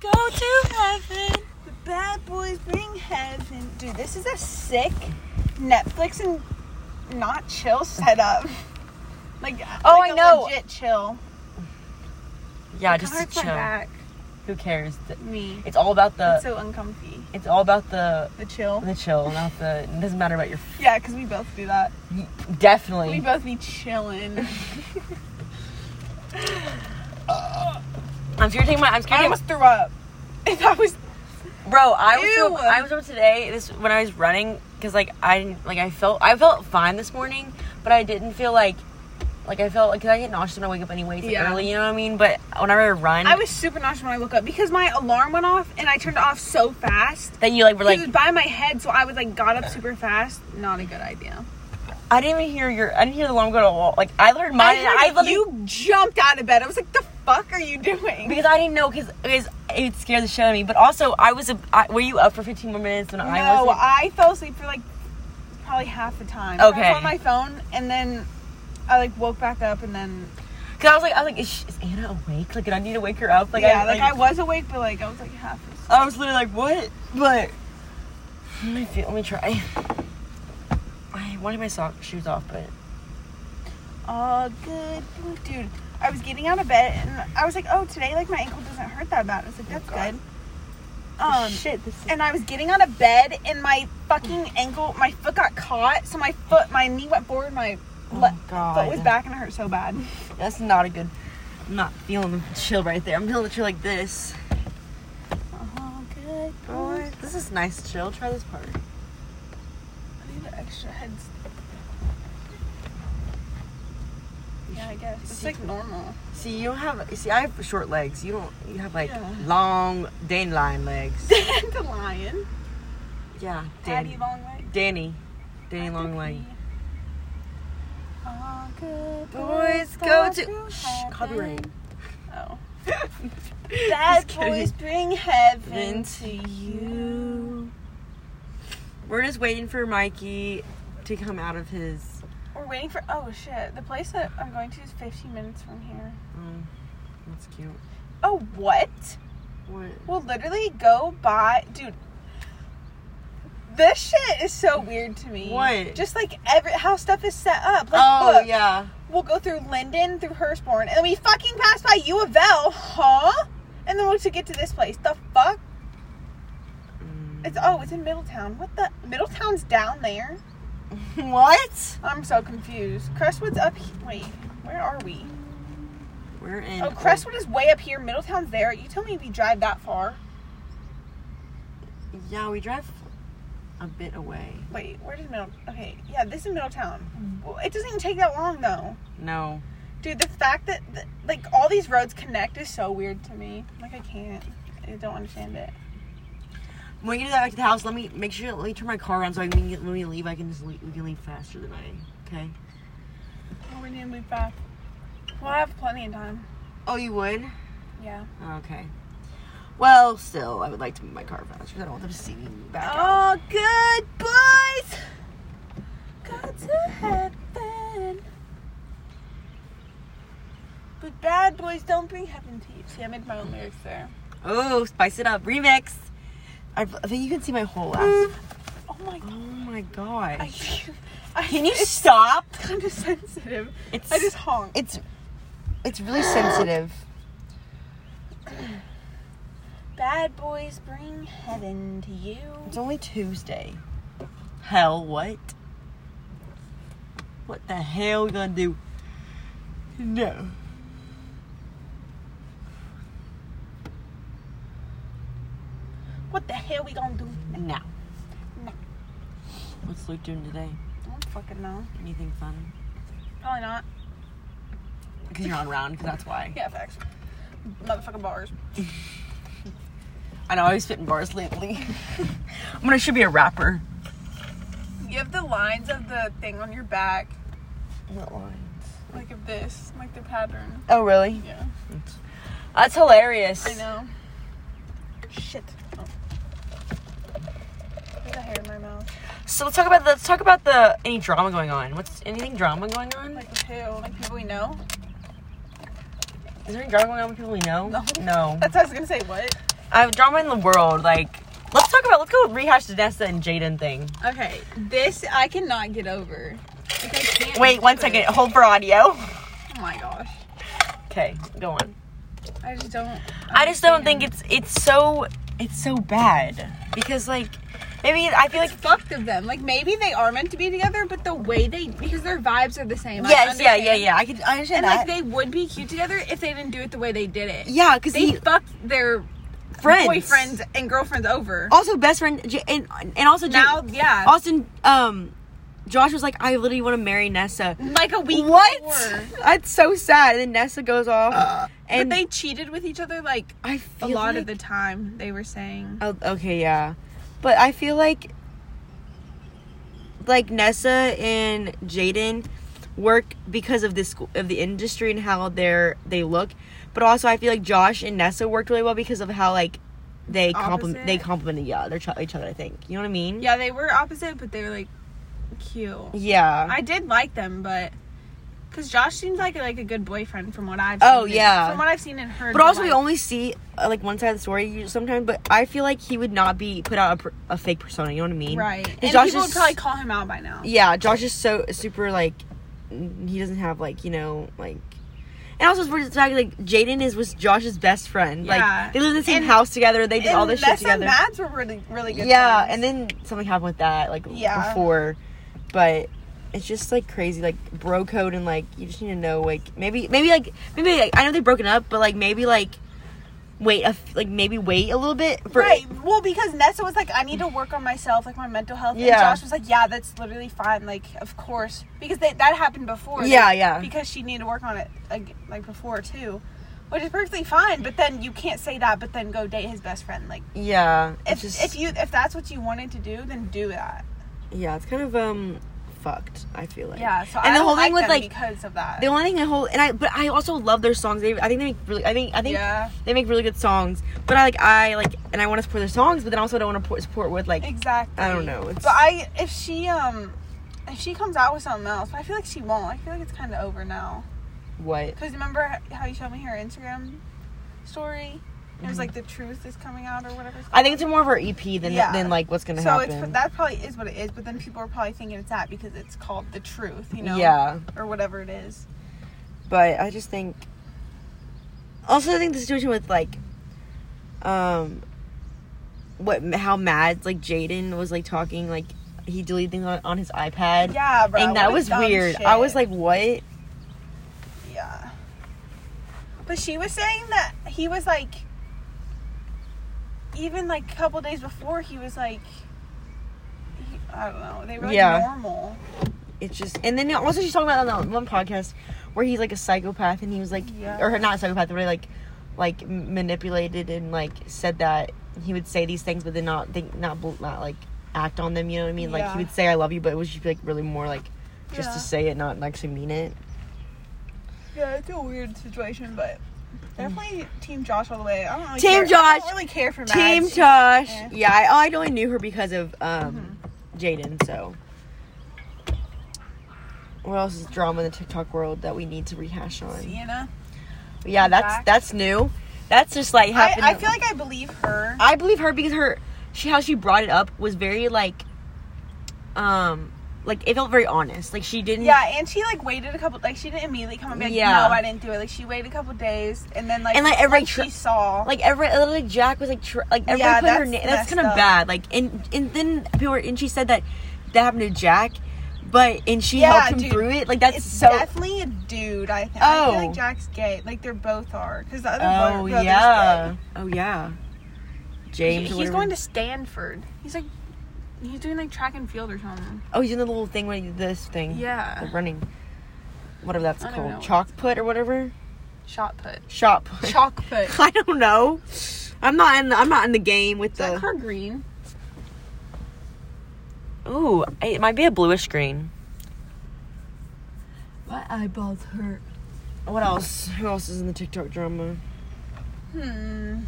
Go to heaven. The bad boys bring heaven. Dude, this is a sick Netflix and not chill setup. Like, Oh, like I a know. Legit chill. Yeah, It just to hurts chill. My back. Who cares? Th- Me. It's uh, all about the. It's so uncomfy. It's all about the The chill. the chill, not the. It doesn't matter about your. Yeah, because we both do that. F- We definitely. both be chilling. I'm scared to take my. I'm scared. to I take my- almost threw up. If I was Bro, I was Oh, Ew. up, I was up today. This when I was running because like I didn't like I felt I felt fine this morning, but I didn't feel like like I felt like 'cause I get nauseous when I wake up anyways like, Yeah. early. You know what I mean? But whenever I run, I was super nauseous when I woke up because my alarm went off and I turned it off so fast. then you like were it like was by my head, so I was like got up super fast. Not a good idea. I didn't even hear your I didn't hear the alarm go to wall. Like I learned mine. and I, heard literally- you jumped out of bed. I was like, the fuck are you doing? because I didn't know because it scared the shit out of me. But also I was a, I, were you up for 15 more minutes when I no, was? I fell asleep for like probably half the time. I was Okay. on my phone, and then I like woke back up, and then Because I was like I was like is, she, is Anna awake? Like did I need to wake her up? Like yeah, I, like, I was awake, but like I was like half. asleep. I was literally like, what? But let me feel, let me try. I wanted my sock shoes off, but Oh, good, dude. I was getting out of bed, and I was like, oh, today like my ankle doesn't hurt that bad. I was like, that's Oh, God. good. Um, shit, this is and I was getting out of bed, and my fucking ankle, my foot got caught, so my foot, my knee went forward, my Oh, le- God. foot was back, and it hurt so bad. that's not a good. I'm not feeling the chill right there. I'm feeling the chill like this. Oh, good boy. Boy, this is nice chill. Try this part. I need an extra heads. Yeah, I guess it's like normal. See, you don't have. See, I have short legs. You don't. You have like Yeah. long Dandelion legs. the lion. yeah, Daddy Danny. long leg. Danny. Danny long leg. Oh, good Boys go go to. Shh, heaven. copyright. Oh. Bad Just kidding. boys bring heaven into you. We're just waiting for Mikey to come out of his. We're waiting for. Oh shit! The place that I'm going to is 15 minutes from here. Um, that's cute. Oh what? What? We'll literally go by, dude. This shit is so weird to me. What? Just like every how stuff is set up. Like, Oh look, yeah. We'll go through Linden, through Hurstbourne, and then we fucking pass by U of L, huh? And then we'll to get to this place. The fuck? It's oh, it's in Middletown. What the? Middletown's down there. Mm. what? I'm so confused. Crestwood's up. He- wait, where are we? We're in. Oh, Crestwood is way up here. Middletown's there. You tell me we drive that far. Yeah, we drive a bit away. Wait, where did Middle? Okay, yeah, this is Hmm. Middletown. Well, It doesn't even take that long though, No. dude. The fact that th- like all these roads connect is so weird to me. Like I can't. I don't understand it. When we get back to the house, let me make sure. Let me turn my car around so I can get, when we leave, I can just leave, we can leave faster than I. Okay. Oh, we need to move back. Well, I have plenty of time. Oh, you would? Yeah. Okay. Well, still, I would like to move my car faster. 'cause I don't want them to see me back out. Oh, good boys. Go to heaven. But bad boys don't bring heaven to you. See, I made my own lyrics there. Oh, spice it up, remix. I, I think you can see my whole ass. Oh Oh my god. my I, gosh. I, Can you It's stop? kind of sensitive. It's I just honk. it's it's really sensitive. Bad boys bring heaven to you. It's only Tuesday. Hell, what? What the hell we gonna do? No. What the hell we gonna do? No. No. What's Luke doing today? I don't fucking know. Anything fun? Probably not. Because you're on round, because that's why. Yeah, facts. Motherfucking bars. I know, I was spitting bars lately. I'm gonna should be a rapper. You have the lines of the thing on your back, What lines? like of this, like the pattern. Oh, really? Yeah. That's hilarious. I know. Shit. Oh. There's a hair in my mouth. So let's talk about the, let's talk about the any drama going on. What's anything drama going on? Like with who? Like people we know? Is there any drama going on with people we know? No. No. That's what I was gonna say. What? I've drama in the world. Like, let's talk about. Let's go rehash the Nesta and Jaden thing. Okay, this I cannot get over. Like, I can't Wait do one it. second. Hold for audio. Oh my gosh, Okay, go on. I just don't. I just don't think understand. it's it's so it's so bad because like maybe I feel like It's fucked of them. Like maybe they are meant to be together, but the way they because their vibes are the same. I yes, yeah, yeah, understand. yeah. I could I understand And like that. they would be cute together if they didn't do it the way they did it. yeah, because They he fucked their friends, boyfriends and girlfriends over. also best friend, J- and and also J- now, yeah, Austin. Um, Josh was like, I literally want to marry Nessa. like a week. What? before. That's so sad. And then Nessa goes off, Uh, But and they cheated with each other like I a feel lot like, of the time. They were saying. Oh, okay, yeah. But I feel like like Nessa and Jaden work because of this of the industry and how they're they look. But also I feel like Josh and Nessa worked really well because of how like they Opposite. compliment they compliment each other, each other, I think. You know what I mean? Yeah, they were opposite, but they were like cute. Yeah. I did like them, but because Josh seems like like a good boyfriend from what I've. Oh, seen in- yeah. from what I've seen in her. but also we life. only see uh, like one side of the story you- sometimes, but I feel like he would not be put out a, per- a fake persona, you know what I mean? right. Because And Josh people is- would probably call him out by now. yeah, Josh is so super like n- he doesn't have like you know like. And also, for the fact like Jaden is was Josh's best friend. Yeah. Like they live in the same And- house together. They did and all this shit Nessa together. and Mads were really really good. yeah, friends. and then something happened with that like Yeah. before, but it's just like crazy like bro code and like you just need to know like maybe maybe like maybe like, I know they've broken up, but like maybe like wait a f- like maybe wait a little bit for right. Well, because Nessa was like, I need to work on myself, like my mental health. Yeah. And Josh was like, Yeah, that's literally fine. Like, of course, because they, that happened before. Yeah, like, yeah. Because she needed to work on it like like before too, which is perfectly fine. But then you can't say that. But then go date his best friend. Like, yeah if it's just if you if that's what you wanted to do, then do that. yeah it's kind of um fucked I feel like Yeah. So And I the don't whole thing with, like like, them because of that. The only thing I hold and I but I also love their songs. They I think they make really I think I think yeah. they make really good songs. But I like I like and I want to support their songs, but then also I don't want to support with like Exactly. I don't know, it's- But I if she um if she comes out with something else, but I feel like she won't. I feel like it's kind of over now. what Because remember how you showed me her Instagram story? It Mm-hmm. was like the truth is coming out or whatever. I think it's more of her EP than Yeah. than like what's gonna so happen. it's that probably is what it is, but then people are probably thinking it's that because it's called the truth, you know, Yeah, or whatever it is. but I just think also I think the situation with like um what how mad like Jaden was like talking like he deleted things on, on his iPad. Yeah, bro. And that was weird. I was like, what? yeah. But she was saying that he was like, even like a couple days before, he was like, he, I don't know, they were like Yeah. normal. it's just and then also she's talking about on that one podcast where he's like a psychopath and he was like Yeah. or not a psychopath but like like m- manipulated and like said that he would say these things but then not think not bel- not like act on them you know what i mean like Yeah. he would say i love you but it was just like really more like just Yeah. to say it not actually mean it Yeah, it's a weird situation, but definitely Team Josh all the way. I don't really Team care. I Josh. don't really care for Mads. team josh eh. yeah i, I only knew her because of um Mm-hmm. jaden so what else is drama in the tiktok world that we need to rehash on Sienna. Yeah, that's Back. that's new. That's just like I, happened. I feel like I believe her. I believe her because her she how she brought it up was very like um like it felt very honest. Like she didn't Yeah, and she like waited a couple like she didn't immediately come and be like, Mm. Yeah. No, I didn't do it. Like she waited a couple days and then like And, like, everybody tr- she saw like every like Jack was like tr- like everyone Yeah, put her that's name. That's messed kind of up. bad. Like and and then people were and she said that that happened to Jack, but and she Yeah, helped him dude. through it. Like that's it's so definitely a dude, I think. I Oh. feel like Jack's gay. Like they're both are. Because the other oh brother's yeah oh yeah. gay. James, or He- He's whatever. going to Stanford. He's like he's doing like track and field or something. Oh, he's doing the little thing where he- this thing. Yeah. The running. Whatever that's I don't know called, what chalk put or whatever. Shot put. Shot put. Chalk put. I don't know. I'm not in. The, I'm not in the game with Is that the. car green? Ooh, it might be a bluish green. My eyeballs hurt. What else? Who else is in the TikTok drama? Hmm.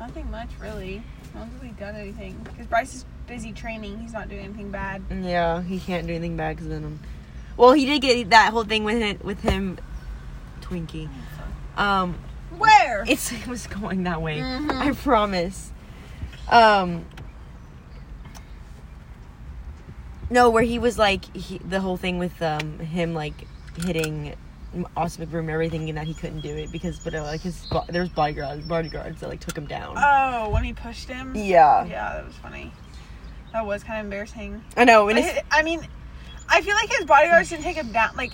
Nothing much really. I don't think we've done anything. Because Bryce is busy training. He's not doing anything bad. Yeah, he can't do anything bad because then. um, Oh, Well, he did get that whole thing with it, with him, Twinkie. Um, Where? It's it was going that way. Mhm. I promise. Um No, where he was like he, the whole thing with um him like hitting Austin McBroom and everything, thinking that he couldn't do it because but uh, like his bo- there was bodyguards bodyguards that like took him down. Oh, when he pushed him. yeah. Yeah, that was funny. That was kind of embarrassing. I know. And it's, I, I mean, I feel like his bodyguards didn't take him down. Like,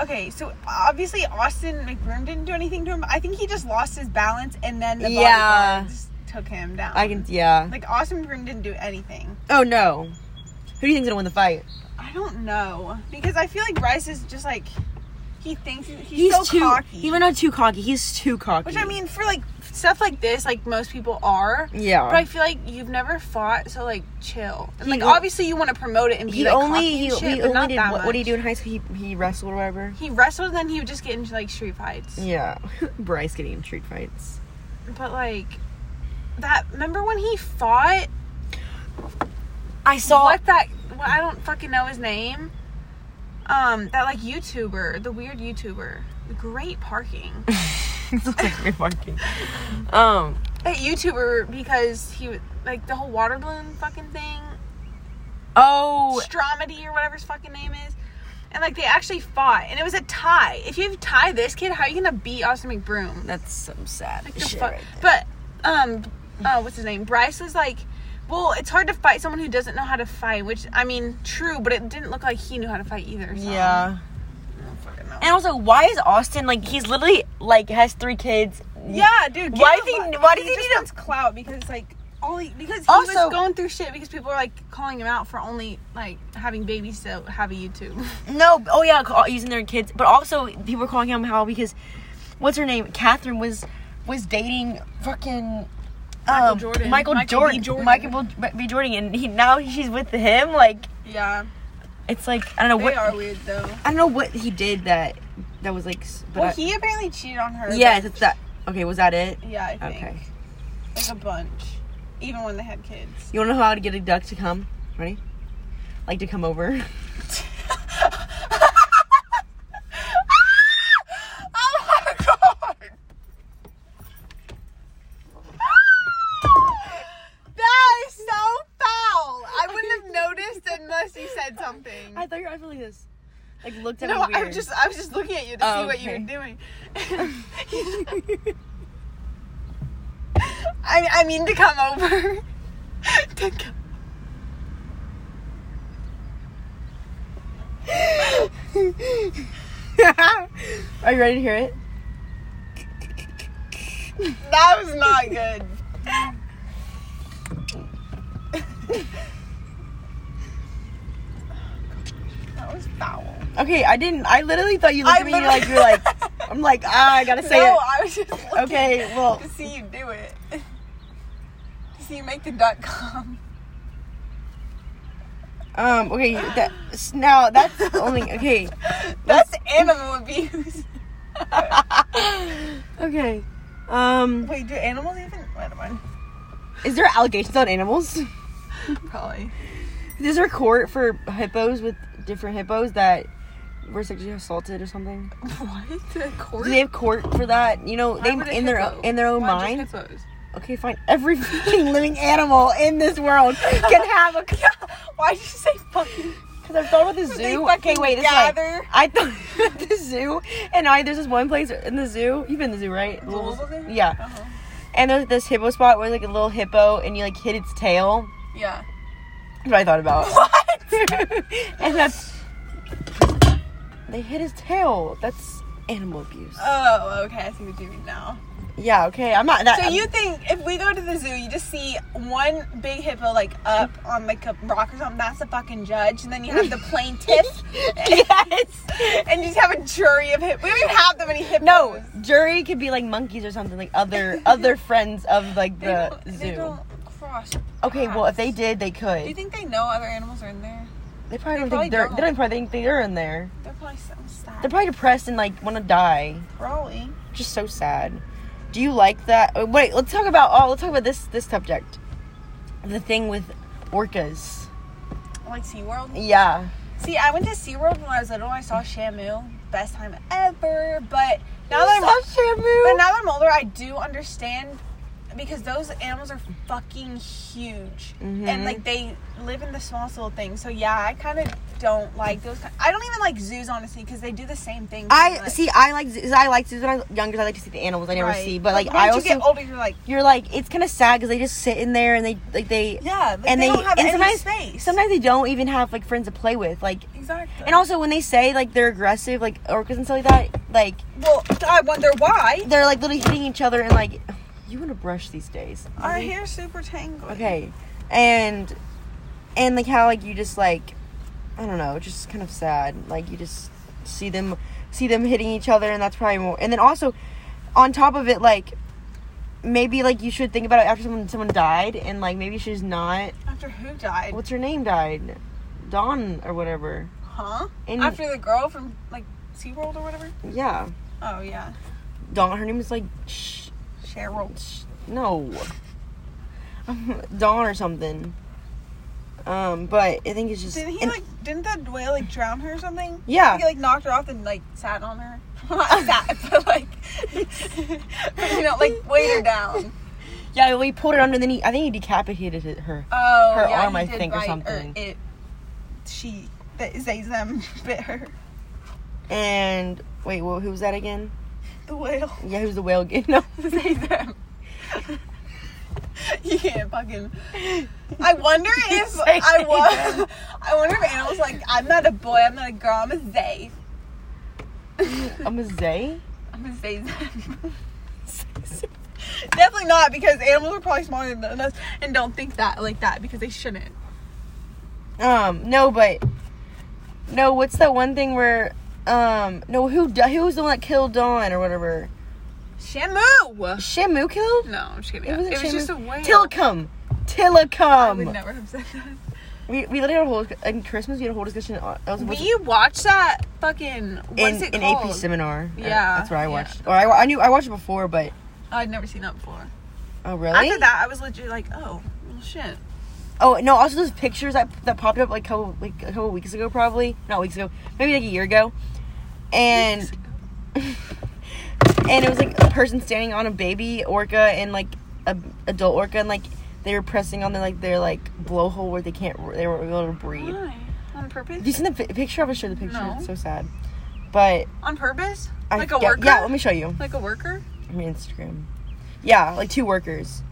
okay, so obviously Austin McBroom didn't do anything to him. I think he just lost his balance, and then the Yeah. bodyguards took him down. I can yeah. Like Austin McBroom didn't do anything. Oh no. Who do you think's gonna win the fight? I don't know because I feel like Rice is just like he thinks he's, so too cocky. Even though too cocky, he's too cocky. which I mean, for like stuff like this, like most people are. yeah. But I feel like you've never fought, so like chill. And He like o- obviously you want to promote it and be he like only cocky he, and shit, he but only not did that what, what do you much. do in high school? He he wrestled or whatever. He wrestled, and then he would just get into like street fights. Yeah, Bryce getting in street fights. But like that, remember when he fought? I saw. What that? Well, I don't fucking know his name. Um, that like YouTuber, the weird YouTuber, great parking. it's like remarking. Um, That YouTuber because he w- like the whole water balloon fucking thing, oh, Stromedy or whatever his fucking name is. And like they actually fought, and it was a tie. If you tie this kid, how are you gonna beat Austin McBroom? that's some sad Like the shit. fuck- right But um, uh, what's his name? Bryce was like, well, it's hard to fight someone who doesn't know how to fight. Which I mean, true, but it didn't look like he knew how to fight either. there. So. Yeah, I don't fucking know. and also, why is Austin like he's literally like has three kids? yeah, dude. give Why him does he- a- why does he just need a- wants clout? Because like all he, because he Also- was going through shit because people were like calling him out for only like having babies to have a YouTube. No. Oh yeah, ca- using their kids, but also people were calling him how because what's her name? Catherine was was dating fucking. Michael um, Jordan. Michael, Michael B. Jordan, Jordan. Michael B. Jordan, and he now she's with him. Like yeah, it's like I don't know they what are weird though. I don't know what he did that that was like. s- But well, I- he apparently cheated on her. yes, but- it's that. Okay, was that it? yeah, I think Okay. like a bunch, even when they had kids. You wanna know how to get a duck to come? Ready? Like to come over. oh my god! That is so foul! I wouldn't have noticed unless you said something. I thought your eyes were like this. Like looked at no, me weird. I'm just I was just looking at you to Oh, see what you okay. were doing. I I mean to come over. to come. Are you ready to hear it? That was not good. that was foul. Okay, I didn't. I literally thought you looked at me literally- like you're like. I'm like ah, I gotta say no, it. I was just looking Okay, well- to see you do it. To see you make the duck come. Um. Okay. That s- now that's the only okay. That's animal abuse. okay. Um. Wait, do animals even? Never mind. Is there allegations on animals? Probably. Is there court for hippos with different hippos that were sexually assaulted or something? What? The court? Do they have court for that? You know, Why they would a in their hippo- in their own why just mind. hippos? Okay, fine. Every fucking living animal in this world can have a. Why did you say fucking? Because I thought about the They zoo. fucking Okay, wait. This is like- gather. I thought about the zoo, and I there's this one place in the zoo. You've been to the zoo, right? Zoological Little- Garden? Yeah. Uh-huh. And there's this hippo spot where like a little hippo, and you like hit its tail. Yeah. That's what I thought about. What? and that's they hit his tail. That's animal abuse. Oh, okay. I see what you mean now. yeah, okay. I'm not that. So I'm- you think if we go to the zoo, you just see one big hippo like up on like a rock or something? That's a fucking judge, and then you have the plaintiff, yes. and you just have a jury of hippos. We don't even have that many hippos. No, jury could be like monkeys or something, like other other friends of like they the don't, They zoo. don't cross. Okay, well if they paths. did, they do you could. think they know other animals are in there? They probably don't they think probably they're. don't. They don't probably think they're in there. They're probably so sad. They're probably depressed and like want to die. probably. Just so sad. Do you like that? uh, Wait, let's talk about. Oh, let's talk about this this subject. The thing with orcas. Like SeaWorld. Yeah. See, I went to SeaWorld when I was little. I saw Shamu. Best time ever. But now You that I'm saw Shamu? But now that I'm older, I do understand because those animals are fucking huge and Mhm. like they live in the smallest little things. So yeah, I kind of don't like those. Kind I don't even like zoos honestly because they do the same thing. I Like- see. I like zoos. I like zoos when I was younger. I like to see the animals I never Right. see. But like, once I also you get older, you're like you're like it's kind of sad because they just sit in there and they like they yeah, like, and they, they, don't have and any sometimes space. sometimes they don't even have like friends to play with. Like exactly. and also when they say like they're aggressive, like orcas and stuff like that, like well, I wonder why. they're like literally hitting each other and like you want to brush these days. Our hair's super tangled. Okay, and and like how like you just like I don't know, just kind of sad. Like you just see them see them hitting each other, and that's probably more. And then also on top of it, like maybe like you should think about it after someone someone died, and like maybe she's not. After who died? What's her name died? Dawn or whatever. Huh? And- After the girl from like SeaWorld or whatever? Yeah, Oh yeah. Dawn. Her name is like sh- Cheryl. sh- no Dawn or something. Um, but I think it's just Didn't he and- like didn't that whale like drown her or something? Yeah. He like knocked her off and like sat on her. Not sat, but like you know, like weighed her down. Yeah, we pulled it under. Then he, I think he decapitated it- her. Oh Her yeah, arm, he I did think, or bite- something. it she that is they them bit her. And wait, well, who was that again? The whale. Yeah, who's the whale again? No. They them. You can't fucking. I wonder if Say I they was. them. I wonder if animals like I'm not a boy. I'm not a girl. I'm a they. I'm a Zay. I'm gonna say them. Definitely not because animals are probably smaller than us and don't think that like that because they shouldn't. Um, no, but no. What's that one thing where? Um, no, who di- who was the one that killed Dawn or whatever? Shamu. Shamu killed. No, I'm just kidding. It It, wasn't was Shamu. just a whale. Tillicum. I would Tillicum. never have said that. We we literally had a whole in Christmas. We had a whole discussion. on- That was a bunch of- We watched that fucking what's in, it in called? AP seminar. Uh, Yeah, that's what I yeah. watched. Or I, wa- I knew I watched it before, but I'd never seen that before. oh really? After that, I was legit like, oh, well, shit. Oh no! Also, those pictures that that popped up like couple like a couple weeks ago, probably not weeks ago, maybe like a year ago, and and it was like a person standing on a baby orca and like a adult orca, and like they were pressing on their like their like blowhole where they can't they weren't able to breathe. Why? On Have you purpose? seen the pi picture? I'm gonna show the picture. No. It's so sad, but On purpose? I Like a forget- worker? Yeah, let me show you. Like a worker? On Instagram. Yeah, like two workers.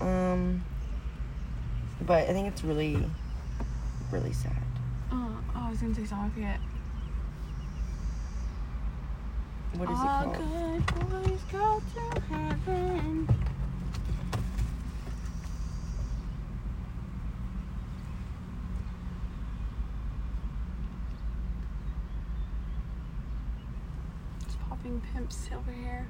Um, but I think it's really, really sad. Oh, oh, I was gonna say something. I forget. What is All it called? Ah, good boys go to heaven. It's popping pimp silver hair.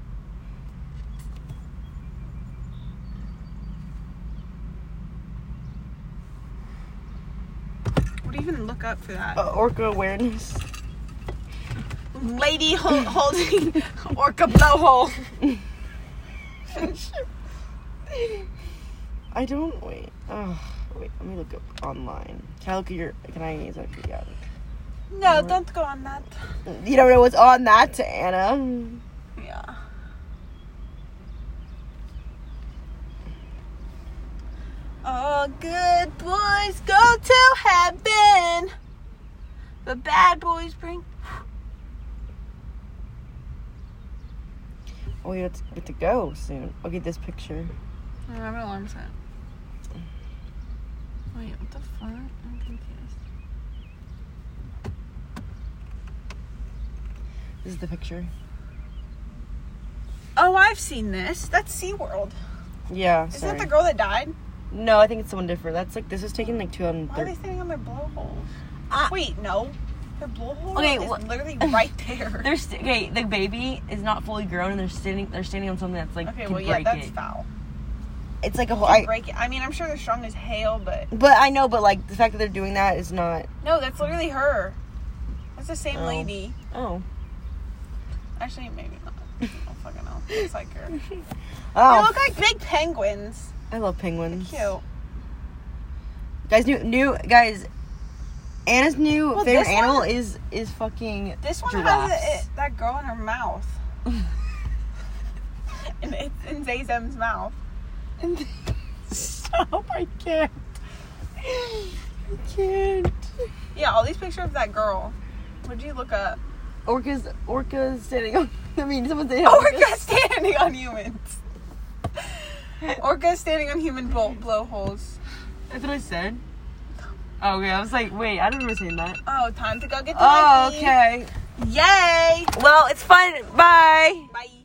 What do you even look up for that? Uh, orca awareness. lady hol- holding orca blowhole. I don't wait. Oh, wait. Let me look up online. Can I look at your? Can I? Is that yeah. no, don't go on that. You don't know what's on that, Anna. Yeah. All good boys go to heaven, but bad boys bring. Oh, you have to, we have to go soon. I'll get this picture. I have an alarm set. Wait, what the fuck? I'm confused. This is the picture. Oh, I've seen this. That's SeaWorld. Yeah. Isn't sorry. that the girl that died? no, I think it's someone different. That's like this was taken like Why are they 2013. standing on their blowholes? Ah. Wait, no. Their blowhole Okay, is wh- literally right there. They're st- okay. The baby is not fully grown, and they're standing. They're standing on something that's like okay, could well, yeah, break that's it. foul. It's like a whole. Could I, break it. I mean, I'm sure they're strong as hell, but but I know, but like the fact that they're doing that is not. no, that's literally her. That's the same Oh. lady. Oh. Actually, maybe not. I don't fucking know. Looks like her. They Oh. look like big penguins. I love penguins. Cute. Guys, new new guys. Anna's new Well, favorite this animal one- is is fucking This one has giraffes. a, it, that girl in her mouth. and it's in Zazem's mouth. And stop! I can't. I can't. Yeah, all these pictures of that girl. What'd you look up? Orcas, orcas standing on. I mean, someone said Orca standing on humans. Orca standing on human blo- blowholes. That's what I said. Oh, okay, I was like, wait, I don't remember saying that. Oh, time to go get the Oh, monkey. okay. Yay! Well, it's fun. Bye. Bye.